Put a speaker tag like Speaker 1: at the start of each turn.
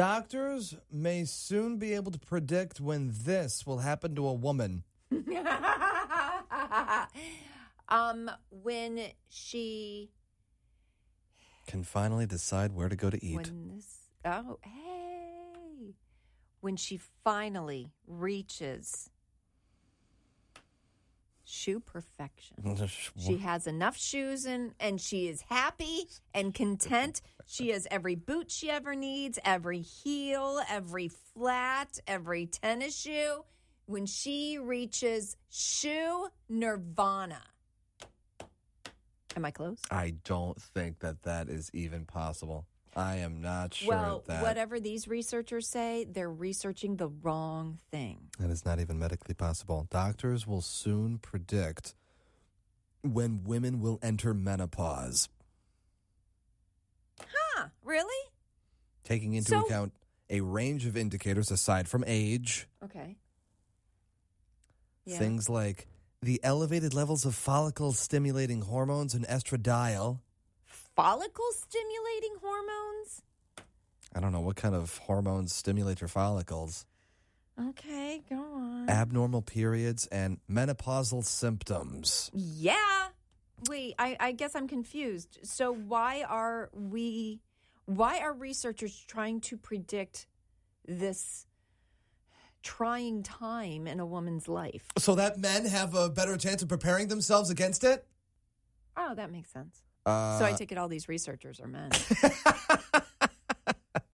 Speaker 1: Doctors may soon be able to predict when this will happen to a woman.
Speaker 2: um, when she
Speaker 1: Can finally decide where to go to eat.
Speaker 2: when this oh hey when she finally reaches shoe perfection she has enough shoes and and she is happy and content she has every boot she ever needs every heel every flat every tennis shoe when she reaches shoe nirvana am i close
Speaker 1: I don't think that that is even possible. I am not sure
Speaker 2: well,
Speaker 1: that
Speaker 2: whatever these researchers say, they're researching the wrong thing.
Speaker 1: that is not even medically possible. Doctors will soon predict when women will enter menopause,
Speaker 2: Huh? Really?
Speaker 1: taking into
Speaker 2: So-
Speaker 1: account a range of indicators aside from age.
Speaker 2: Okay.
Speaker 1: Things like the elevated levels of follicle stimulating hormones and estradiol.
Speaker 2: Follicle stimulating hormones?
Speaker 1: I don't know what kind of hormones stimulate your follicles.
Speaker 2: Okay, go on.
Speaker 1: Abnormal periods and menopausal symptoms.
Speaker 2: yeah. Wait, I, I guess I'm confused. So why are we why are researchers trying to predict this trying time in a woman's life?
Speaker 1: So that men have a better chance of preparing themselves against it?
Speaker 2: Oh, that makes sense.
Speaker 1: Uh,
Speaker 2: so I take it all these researchers are men.